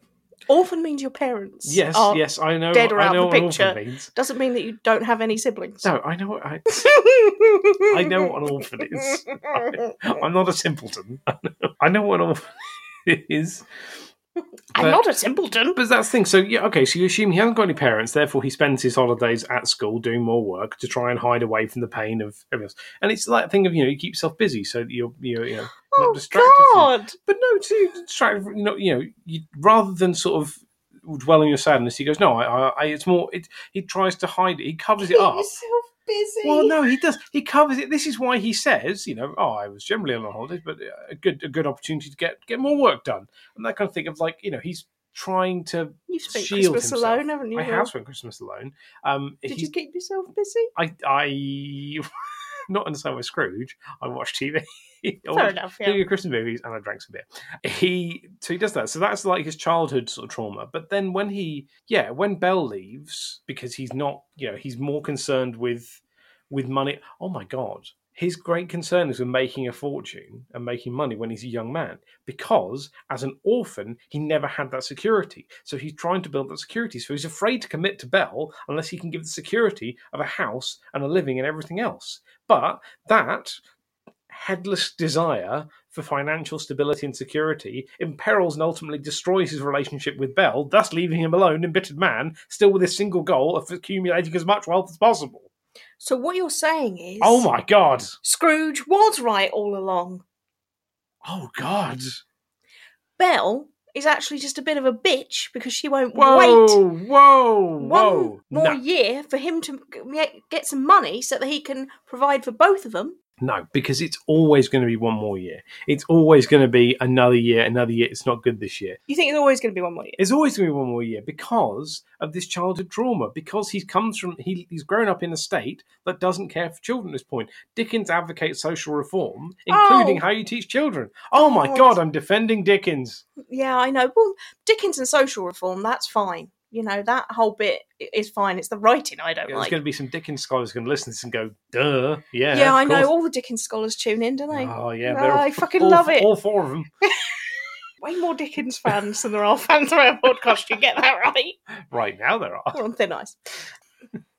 Orphan means your parents.
Yes,
are-
yes, I know.
dead or
I
out
know
of the
what an orphan
picture.
means.
Doesn't mean that you don't have any siblings. (laughs)
No, I know. what I, I
I
know what an orphan is.
(laughs)
I'm not a simpleton. I know what an (laughs) orphan is.
I'm
but-
not a simpleton.
But that's the thing. So, yeah, okay, so you assume he hasn't got any parents, therefore he spends his holidays at school doing more work to try and hide away from the pain of everything else. And it's like thing of, you know, you keep yourself busy so that you're, you're you know,
Oh
not distracted. from-
God!
But no, to distract, you know, you know, you, rather than sort of dwell on your sadness, he goes, "No, I, I, I it's more." It, he tries to hide it. He covers
(laughs)
it
Keep
up.
yourself busy.
Well, no, he does. He covers it. This is why he says, you know, "Oh, I was generally on holidays, but uh, a good, a good opportunity to get get more work done," and that kind of thing. Of like, you know, he's trying to.
You've spent
shield
Christmas
himself.
alone, haven't you?
I
Will?
have spent Christmas alone. Um,
Did
he's,
you keep yourself busy?
I, I, (laughs) not in the same way Scrooge. I watch TV. (laughs) I
Fair
watch
enough.
yeah.
Yeah.
Christmas movies and I drank some beer. He so he does that. So that's like his childhood sort of trauma. But then when he yeah, when Bell leaves because he's not you know he's more concerned with with money. Oh my god, his great concern is with making a fortune and making money when he's a young man because as an orphan he never had that security. So he's trying to build that security. So he's afraid to commit to Bell unless he can give the security of a house and a living and everything else. But that headless desire for financial stability and security imperils and ultimately destroys his relationship with Bell, thus leaving him alone, embittered man, still with his single goal of accumulating as much wealth as possible.
So what you're saying is,
Oh my god!
Scrooge was right all along.
Oh god!
Belle is actually just a bit of a bitch because she won't wait
Whoa! Whoa! Whoa!
one more
No,
year for him to g- get some money so that he can provide for both of them.
no, because it's always going to be one more year. It's always going to be another year, another year. It's not good this year.
You think it's always going to be one more year?
It's always going to be one more year because of this childhood trauma. Because he comes from he, he's grown up in a state that doesn't care for children. At this point, Dickens advocates social reform, including
Oh.
how you teach children. Oh my
God.
God, I'm defending Dickens.
Yeah, I know. Well, Dickens and social reform, that's fine. You know, that whole bit i- is fine. It's the writing I don't
There's
like.
going to be some Dickens scholars going to listen to this and go, "Duh, yeah,
yeah,
of
I know.
course."
All the Dickens scholars tune in, don't they?
Oh yeah,
No,
they're all-
I fucking
all-
love it.
All four of them.
Way more Dickens fans than there are fans of our podcast. You get that right?
(laughs) Right now, there are.
We're on thin ice.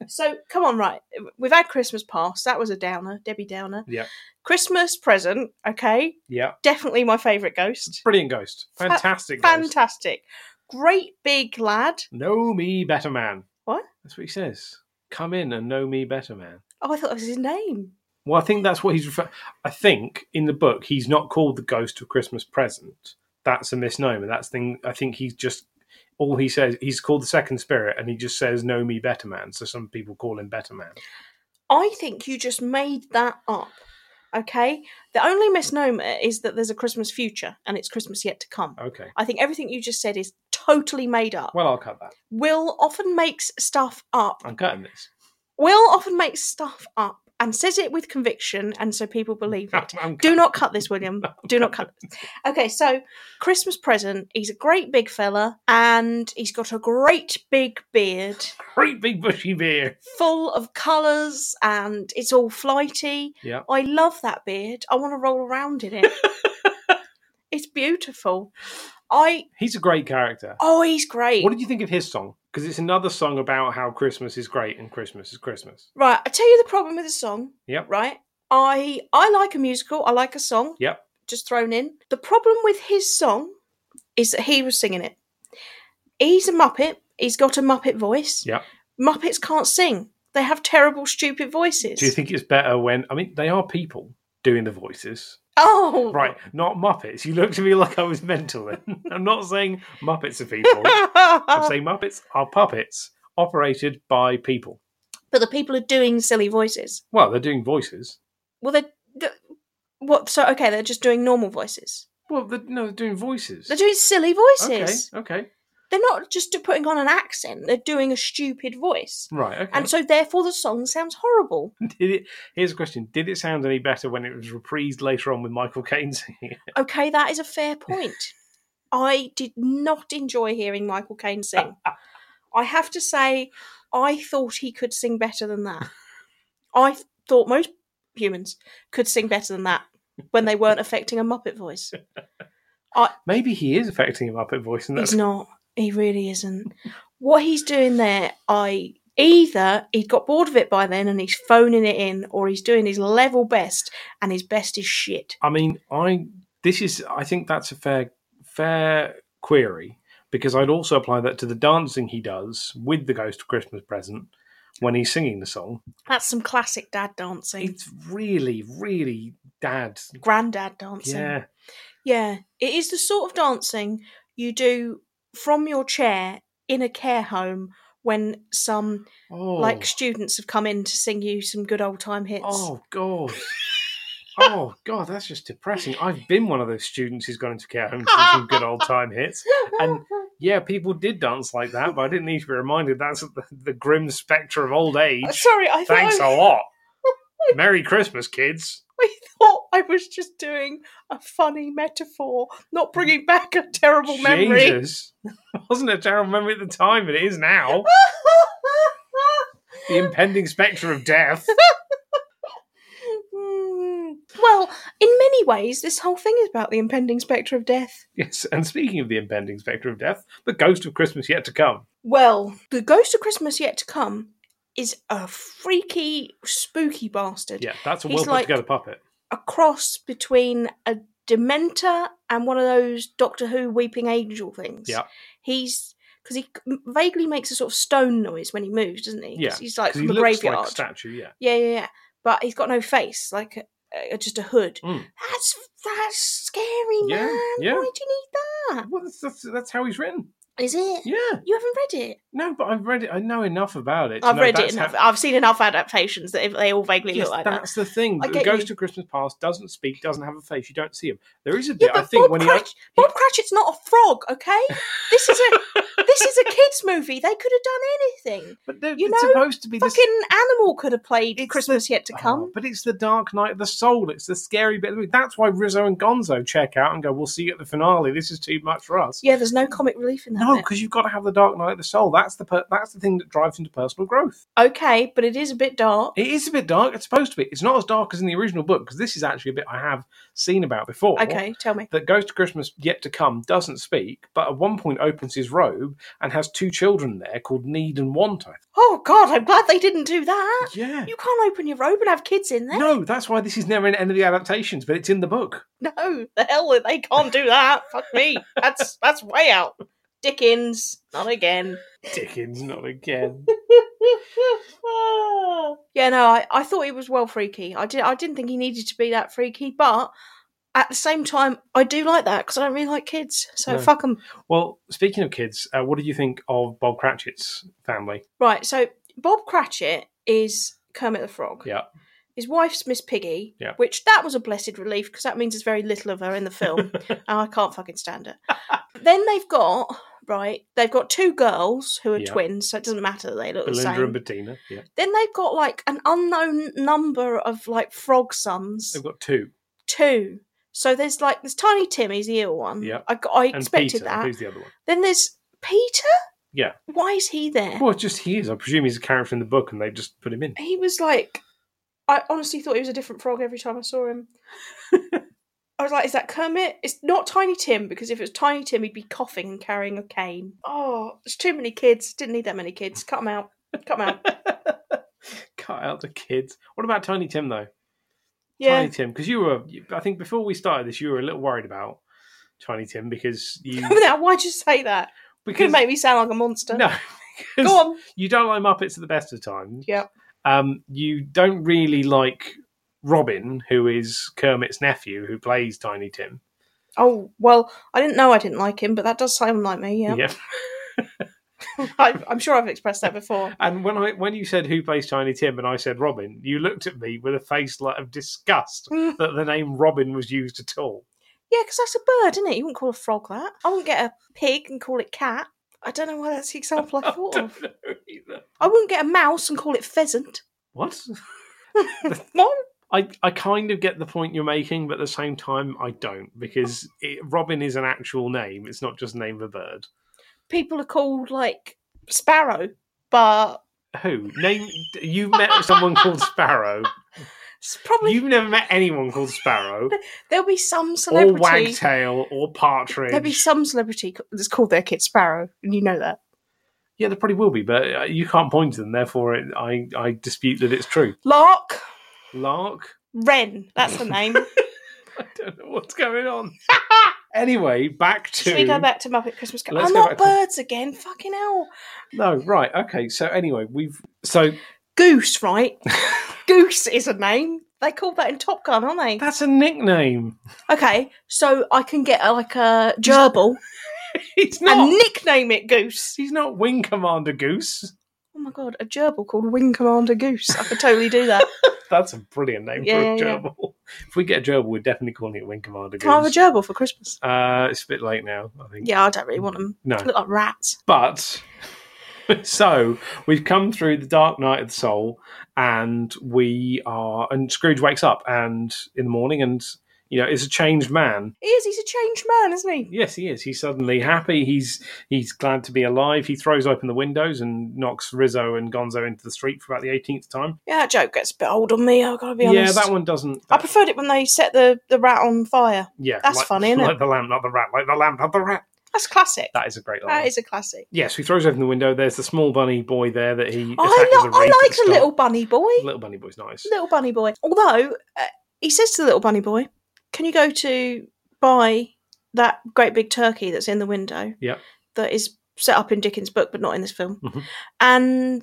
So come on, right? We've had Christmas past. That was a downer, Debbie Downer.
Yeah.
Christmas present, okay?
Yeah,
Definitely my favourite ghost.
brilliant ghost,
Fa-
fantastic, ghost.
Fantastic, great big lad.
Know me better, man.
What?
That's what he says. Come in and know me better, man.
Oh, I thought that was his name.
Well, I think that's what he's referring. I think in the book he's not called the Ghost of Christmas Present. That's a misnomer. That's thing. I think he's just all he says. He's called the Second Spirit, and he just says "Know me, better man." So some people call him Better Man.
I think you just made that up. Okay. The only misnomer is that there's a Christmas future and it's Christmas yet to come.
Okay.
I think everything you just said is totally made up.
Well, I'll cut that.
Will often makes stuff up.
I'm cutting this.
Will often makes stuff up and says it with conviction, and so people believe
(laughs)
it.
(laughs) I'm
Do
cutting-
not cut this, William. Do not cut this. Okay, so Christmas present. He's a great big fella, and he's got a great big beard
(laughs) Great big bushy beard.
full of colours, and it's all flighty.
Yeah.
I love that beard. I want to roll around
(laughs)
in it. it's beautiful. I
He's a great character.
oh, he's great.
What did you think of his song? Because it's another song about how Christmas is great and Christmas is Christmas.
Right, I tell you the problem with the song.
Yep.
Right. I I like a musical. I like a song.
Yep.
Just thrown in. The problem with his song is that he was singing it. He's a Muppet. He's got a Muppet voice.
Yep.
Muppets can't sing. They have terrible, stupid voices.
Do you think it's better when I mean they are people doing the voices,
oh,
right? Not Muppets. You looked at me like I was mental. Then. (laughs) I'm not saying Muppets are people.
(laughs)
I'm saying Muppets are puppets operated by people.
but the people are doing silly voices.
Well, they're doing voices.
Well, they're, they're- what? So okay, they're just doing normal voices.
Well, they're, no, they're doing voices.
They're doing silly voices.
Okay, okay,
They're not just putting on an accent. They're doing a stupid voice.
right, okay.
and so therefore the song sounds horrible.
(laughs) Did it, here's a question: Did it sound any better when it was reprised later on with Michael Caine singing? it?
Okay, that is a fair point. I did not enjoy hearing Michael Caine sing. I have to say, I thought he could sing better
(laughs)
than that. I thought most humans could sing better than that when they weren't affecting a Muppet voice.
(laughs) Maybe he is affecting a Muppet voice, and that's
He's not. He really isn't. What he's doing there, I either he got bored of it by then and he's phoning it in, or he's doing his level best and his best is shit.
I mean, I this is I think that's a fair fair query because I'd also apply that to the dancing he does with the Ghost of Christmas Present when he's singing the song.
That's some classic dad dancing.
It's really, really dad.
granddad dancing.
Yeah,
Yeah. It is the sort of dancing you do from your chair in a care home when some
oh,
like students have come in to sing you some good old time hits. (laughs)
oh god. Oh god, that's just depressing. I've been one of those students who's gone into care homes for some good old time hits. And yeah, people did dance like that, but I didn't need to be reminded that's the, the grim spectre of
(laughs)
old
Uh,
age.
Sorry, I thought
Thanks
I,
a
(laughs)
lot. Merry Christmas, kids.
I thought I was just doing a funny metaphor, not bringing back a terrible memory.
Jesus. (laughs) Wasn't a terrible memory at the time, but it is now. The impending spectre of
(laughs)
death.
Hmm. (laughs) well, in many ways, this whole thing is about the impending spectre of death.
Yes, and speaking of the impending spectre of death, the ghost of Christmas yet to come.
Well, The Ghost of Christmas Yet to Come is a freaky, spooky bastard.
Yeah, that's a
He's
well put
like-
together puppet.
A cross between a Dementor and one of those Doctor Who weeping angel things.
Yeah.
He's. Because he vaguely makes a sort of stone noise when he moves, doesn't he? 'Cause
Yeah,
He's like
'Cause
from
he
a
looks
graveyard.
like a statue, yeah.
yeah, yeah, yeah. But he's got no face, like a, a, just a hood.
Mm.
That's that's scary,
Yeah,
man.
yeah.
Why do you need
Well, that's, that's, that's how he's written.
that? Is it?
Yeah.
You haven't read it?
No, but I've read it. I know enough about it. to
I've
know
read it
that's
enough.
how-
I've seen enough adaptations that they all vaguely
Yes,
look like that.
that's the thing.
I
The
get
ghost
you.
of Christmas past doesn't speak, doesn't have a face. You don't see him. There is a bit,
Yeah,
I
but
think,
Bob,
when he.
Cratch, Bob Cratchit's not a frog, okay? This
(laughs)
is a this is a kids' movie. They could have done anything.
But they're-
you
it's
know,
supposed to be the
Fucking animal could have played
It's
Christmas yet to
Oh,
come.
but it's the dark night of the soul. It's the scary bit. of the movie. That's why Rizzo and Gonzo check out and go, "We'll see you at the finale. This is too much for us."
Yeah, there's no comic relief in that.
No,
bit.
because you've got to have the dark night of the soul. That's the per- that's the thing that drives into personal growth.
Okay, but it is a bit dark.
It is a bit dark. It's supposed to be. It's not as dark as in the original book because this is actually a bit I have seen about before.
Okay, tell me.
That goes to Christmas yet to come doesn't speak, but at one point opens his robe and has two children there called Need and Want. I think.
Oh God, I'm glad they didn't do that.
Yeah.
You can't open your robe and have kids in there.
No, that's why this is never in any of the adaptations, but it's in the book.
(laughs) No, the hell they can't do that. Fuck me. That's that's way out. Dickens, not again.
Dickens, not again.
(laughs) yeah, no, I, I thought it was well freaky. I did I didn't think he needed to be that freaky, but at the same time, I do like that because I don't really like kids, so
No.
fuck 'em. fuck them.
Well, speaking of kids, uh, what do you think of Bob Cratchit's family?
Right, so Bob Cratchit is Kermit the Frog.
Yeah.
His wife's Miss Piggy,
Yeah.
which that was a blessed relief because that means there's very little of her in
(laughs)
the film, and I can't fucking stand her. then they've got right, they've got two girls who are
Yeah.
twins, so it doesn't matter that they look the
Belinda
same.
and Bettina. Yeah,
then they've got like an unknown number of like frog sons,
they've got two.
two. So there's like there's Tiny Tim, he's the ill one.
Yeah.
I, got- I
And
expected
Peter,
that.
who's the other one?
Then there's Peter.
Yeah.
Why is he there?
Well, it's just he is. I presume he's a character in the book, and they just put him
(laughs)
in.
He was like, I honestly thought he was a different frog every time I saw
(laughs)
him. I was like, is that Kermit? It's not Tiny Tim because if it was Tiny Tim, he'd be coughing and carrying a cane. Oh, it's too many kids. Didn't need that many kids. Cut them out. Cut 'em
(laughs)
out.
Cut out the kids. What about Tiny Tim though?
Yeah.
Tiny Tim, because you were. you- I think before we started this, you were a little worried about Tiny Tim because
(laughs)
you
Now, Why'd you say that? You could
because
make me sound like a monster.
no. because
Go on.
you don't like Muppets at the best of times.
Yep.
Um, you don't really like Robin, who is Kermit's nephew, who plays Tiny Tim.
Oh, well, I didn't know I didn't like him, but that does sound like me, yeah.
Yep.
I, I'm sure (laughs) I've expressed that before.
(laughs) And when I when you said who plays Tiny Tim, and I said Robin, you looked at me with a face like of disgust
Mm.
that the name Robin was used at all. (laughs)
Yeah, because that's a bird, isn't it? You wouldn't call a frog that. I wouldn't get a pig and call it cat. I don't know why that's the example
(laughs)
I thought of.
know either.
I wouldn't get a mouse and call it pheasant.
What?
What?
I, I kind of get the point you're making, but at the same time, I don't because it, Robin is an actual name. It's not just the name of a bird.
People are called like sparrow, but
Who name? You've met someone called Sparrow.
it's probably
You've never met anyone called
(laughs)
Sparrow
there'll be some
or
celebrity.
Wagtail or
there'll be
Partridge.
some celebrity c- that's called their kid Sparrow, and you know that.
Yeah, there probably will be, but uh, you can't point to them. Therefore, it, I I dispute that it's true.
Lark,
Lark. (laughs)
Wren, that's the name.
I don't know what's going
(laughs)
on. anyway, back to
Should we go back to Muppet Christmas Carol?
Let's
I'm
go
not
back to-
birds again, fucking hell.
no right. Okay, so anyway, we've so
Goose, right? (laughs) Goose is a name. They call that in Top Gun, aren't they?
that's a nickname. (laughs)
Okay, so I can get uh, like a gerbil
He's not.
and nickname it Goose.
he's not Wing Commander Goose.
Oh my god, a gerbil called Wing Commander Goose. I could totally do that.
That's a brilliant name
Yeah,
for a
yeah, yeah.
gerbil. (laughs) If we get a gerbil, we're definitely calling it Wing Commander
Can I have a
Goose.
gerbil for Christmas?
uh, it's a bit late now, I think.
Yeah, I don't really want them.
No.
They look like rats.
But (laughs) so we've come through the dark night of the soul, and we are. And Scrooge wakes up and in the morning, and you know, is a changed man.
He is, he's a changed man, isn't he?
Yes, he is. He's suddenly happy. He's he's glad to be alive. He throws open the windows and knocks Rizzo and Gonzo into the street for about the eighteenth time.
Yeah, that joke gets a bit old on me, I've got to be honest.
Yeah, that one doesn't.
I preferred it when they set the, the rat on fire.
yeah,
that's
like- (laughs)
funny, innit?
Like the lamp, not the rat. Like the lamp, not the rat.
That's classic.
That is a great line.
that is a classic.
Yes, he throws open the window. There's the small bunny boy there that he.
Oh,
attacked
I,
with
lo- I
a
like the little bunny boy.
little bunny boy's nice.
Little bunny boy. Although, uh, he says to the little bunny boy, Can you go to buy that great big turkey that's in the window?
Yep.
That is set up in Dickens' book, but not in this film.
Mhm.
And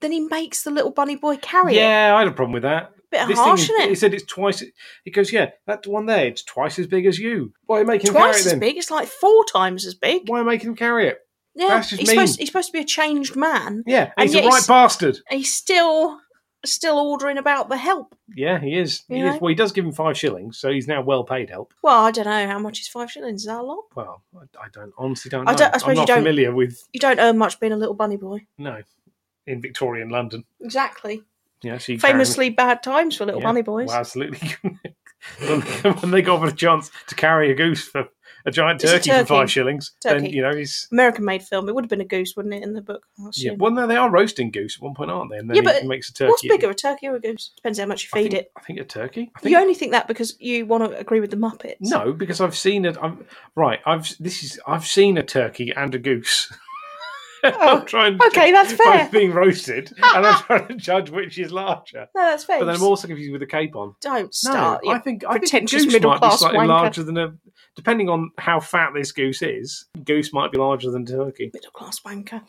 then he makes the little bunny boy carry it.
Yeah, I had a problem with that.
Bit
This
harsh,
thing,
isn't
He
it?
said it's twice. He goes, yeah, that one there, it's twice as big as you. Why make him carry it
Twice as
then?
big. It's like four times as big.
Why make him carry it?
Yeah.
That's just
he's,
mean.
supposed, he's supposed to be a changed man.
Yeah,
And
he's a
yet
right
he's-
bastard.
And he's still still ordering about the help.
Yeah, he is. He
You
is.
know?
Well, he does give him five shillings, so he's now well paid help.
Well, I don't know how much is five shillings. Is that a lot?
Well, I- I don't honestly don't know.
I don't- I suppose
am
you
not
don't-
familiar with
You don't earn much being a little bunny boy.
no in Victorian London.
Exactly.
Yeah, so you carry him-
Famously bad times for little
Yeah.
bunny boys.
Well, absolutely. (laughs) when they got a chance to carry a goose for a giant
It's a
turkey, for
turkey.
five shillings, then
Turkey.
you know he's.
American made film. It would have been a goose, wouldn't it, in the book? I
Yeah.
assume.
Well, no, they are roasting goose at one point, aren't they? And then
Yeah,
he
but
makes a turkey.
What's bigger, a turkey or a goose? Depends how much you
I
feed
think,
it.
I think a turkey. I think,
You only think that because you want to agree with the Muppets.
no, because I've seen it. I'm right. I've this is I've seen a turkey and a goose. (laughs)
Oh,
I'm trying.
Okay, that's fair.
Both being roasted, and
(laughs)
I'm trying to judge which is larger.
No, that's fair.
But then I'm
Just
also confused with the capon.
Don't
No,
start.
I
Yeah.
think I think
pretentious
goose might be
middle-class
slightly
wanker.
larger than a. Depending on how fat this goose is, goose might be larger than turkey.
Middle class wanker.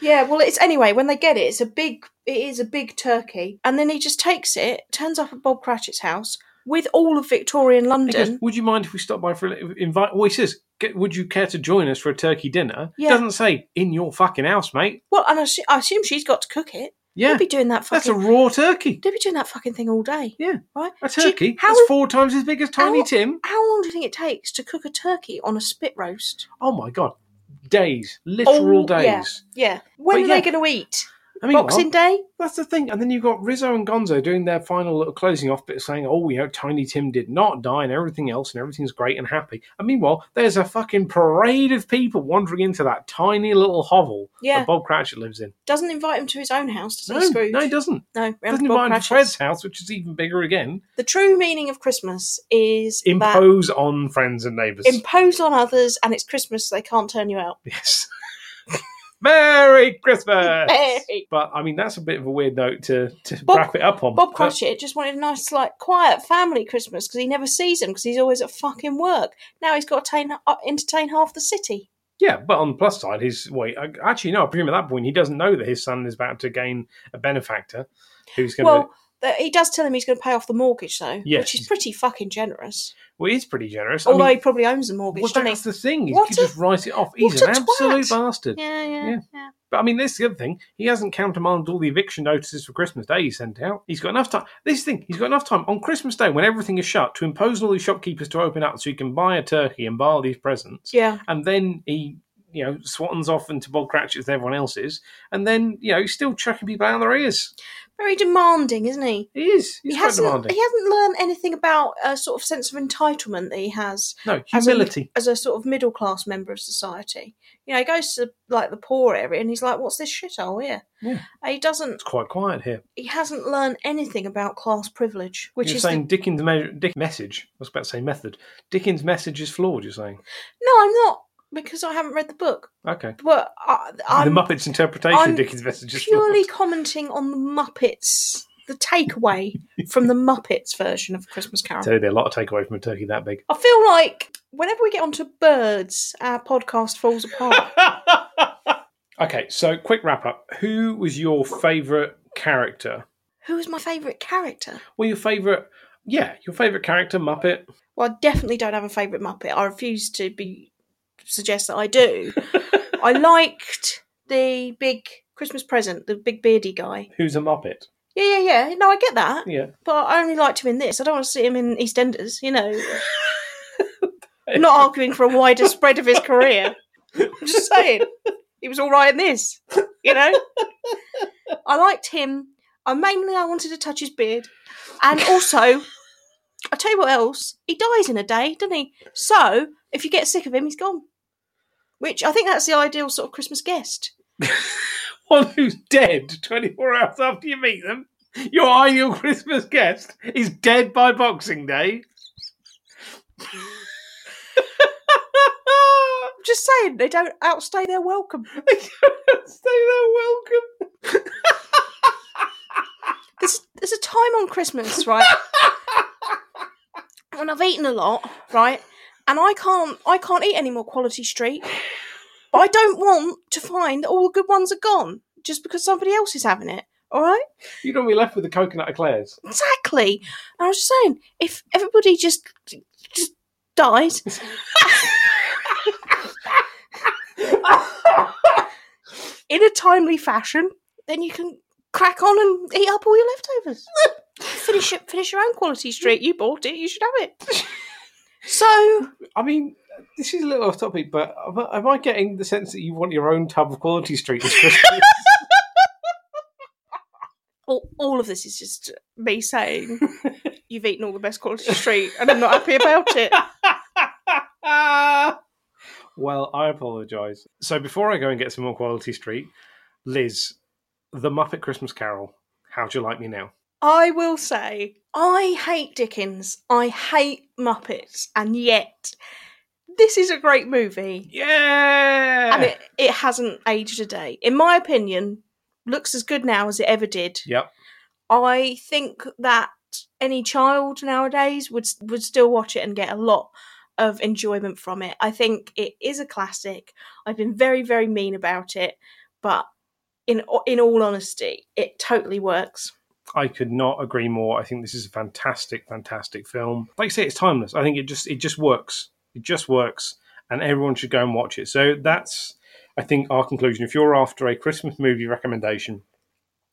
yeah, well, it's anyway. When they get it, it's a big. It is a big turkey, and then he just takes it, turns up at Bob Cratchit's house with all of Victorian
He goes,
London.
would you mind if we stop by for a little invite? Well, he says, "G- would you care to join us for a turkey dinner?
Yeah.
Doesn't say in your fucking house, mate.
Well, and I, assu- I assume she's got to cook it.
Yeah,
They'd be doing that
that's
fucking.
a raw turkey.
They'd be doing that fucking thing all day.
Yeah.
Right.
A
Do you-
turkey.
how-
that's four times as big as Tiny
how-
Tim.
How long do you think it takes to cook a turkey on a spit roast?
Oh my god, days, literal
Oh,
days.
yeah. Yeah.
But
When are
yeah.
they going to eat?
I mean,
Boxing Day.
That's the thing. And then you've got Rizzo and Gonzo doing their final little closing off bit saying, oh, you know, Tiny Tim did not die and everything else and everything's great and happy. And meanwhile, there's a fucking parade of people wandering into that tiny little hovel
Yeah.
that Bob Cratchit lives in.
Doesn't invite him to his own house, does
No,
he, Scrooge?
no, he doesn't.
No, round
doesn't
to Bob
invite him to Fred's
Cratchit's.
house, which is even bigger again.
The true meaning of Christmas is that
Impose on friends and neighbours.
impose on others, and it's Christmas, so they can't turn you out.
(laughs) yes. Merry Christmas!
Merry-
But I mean, that's a bit of a weird note to, to
Bob-
wrap it up on.
Bob
But-
Cratchit just wanted a nice, like, quiet family Christmas because he never sees him because he's always at fucking work. Now he's got to tain- uh, entertain half the city.
Yeah, but on the plus side, his wait. I- Actually, no. I presume at that point he doesn't know that his son is about to gain a benefactor, who's going to.
Well, th- he does tell him he's going to pay off the mortgage, though,
Yes.
which is pretty fucking generous.
Well, he's pretty generous.
Although
I
he
mean,
probably owns the mortgage,
well,
doesn't he?
that's the thing. He
What
could
a-
just write it off. He's
what
an
a twat.
absolute bastard.
yeah, yeah,
Yeah.
yeah.
But I mean, that's the other thing. He hasn't countermanded all the eviction notices for Christmas Day he sent out. He's got enough time. This thing, he's got enough time on Christmas Day when everything is shut to impose on all these shopkeepers to open up so you can buy a turkey and buy all these presents.
Yeah.
and then he you know swattens off into Bob Cratchit's and everyone else's, and then you know he's still chucking people out of their ears.
Very demanding, isn't he?
He is. He's
he
quite
hasn't.
demanding.
He hasn't learned anything about a sort of sense of entitlement that he has
No
as a-
humility.
as a, sort of middle class member of society. You know, he goes to like the poor area and he's like, "What's this shithole here?"
Yeah.
And he doesn't.
It's quite quiet here.
He hasn't learned anything about class privilege, which
you're
is the-
saying Dickens' me- Dick message. I was about to say method. Dickens' message is flawed. You're saying
no, I'm not because I haven't read the book,
okay.
but I, I'm
the Muppets' interpretation
I'm
of Dickens' message is
purely
flawed.
commenting on the Muppets, the takeaway from the Muppets version of Christmas Carol.
I tell you, there are a lot of takeaway from a turkey that big.
I feel like whenever we get onto birds, our podcast
(laughs)
falls apart.
(laughs) okay, so quick wrap up. Who was your favourite character?
Who was my favourite character?
Well, your favourite, yeah, your favourite character, Muppet.
Well, I definitely don't have a favourite Muppet. I refuse to be suggest that I do. I liked the big Christmas present, the big beardy guy.
Who's a Muppet?
Yeah, yeah, yeah. No, I get that,
Yeah. (laughs)
but I only liked him in this. I don't want to see him in EastEnders. You know, I'm not arguing for a wider spread of his career. I'm just saying he was all right in this. You know, I liked him. I mainly I wanted to touch his beard, and also. I tell you what else, he dies in a day, doesn't he? So if you get sick of him, he's gone. Which I think that's the ideal sort of Christmas guest.
one who's dead 24 hours after you meet them. Your ideal (laughs) Christmas guest is dead by Boxing Day. (laughs)
I'm just saying they don't outstay their welcome.
Stay there, welcome.
There's there's a time on Christmas, right? when I've eaten a lot, right, and I can't I can't eat any more quality street. But I don't want to find that all the good ones are gone just because somebody else is having it. All right,
You don't be left with the coconut (laughs) eclairs.
exactly. And I was just saying, if everybody just just dies, in a timely fashion, then you can crack on and eat up all your leftovers. finish it. Finish your own quality street. You bought it. You should have it. So
I mean, this is a little off topic, but am I- am I getting the sense that you want your own tub of quality street this Christmas? (laughs)
all, all of this is just me saying you've eaten all the best quality street, and I'm not happy about
(laughs)
it.
well, I apologise. So before I go and get some more quality street, Liz, the Muppet Christmas Carol. How'd you like me now?
I will say I hate Dickens. I hate Muppets, and yet this is a great movie.
Yeah.
And it, it hasn't aged a day. In my opinion, looks as good now as it ever did.
Yep.
I think that any child nowadays would would still watch it and get a lot of enjoyment from it. I think it is a classic. I've been very very mean about it, but in in all honesty, it totally works.
I could not agree more. I think this is a fantastic, fantastic film. Like I say, it's timeless. I think it just it just works. It just works, and everyone should go and watch it. So that's I think our conclusion. If you're after a Christmas movie recommendation,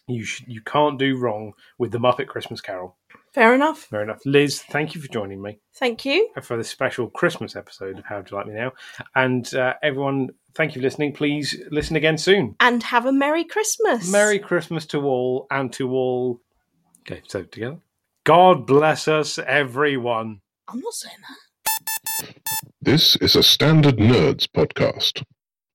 You sh- you can't do wrong with the Muppet Christmas Carol.
Fair enough.
Fair enough, Liz. Thank you for joining me
Thank you.
for this special Christmas episode of How Do You Like Me Now, and uh, everyone, thank you for listening. Please listen again soon.
And have a Merry Christmas.
Merry Christmas to all and to all. Okay, so together. God bless us, everyone.
I'm not saying that.
This is a Standard Nerds podcast.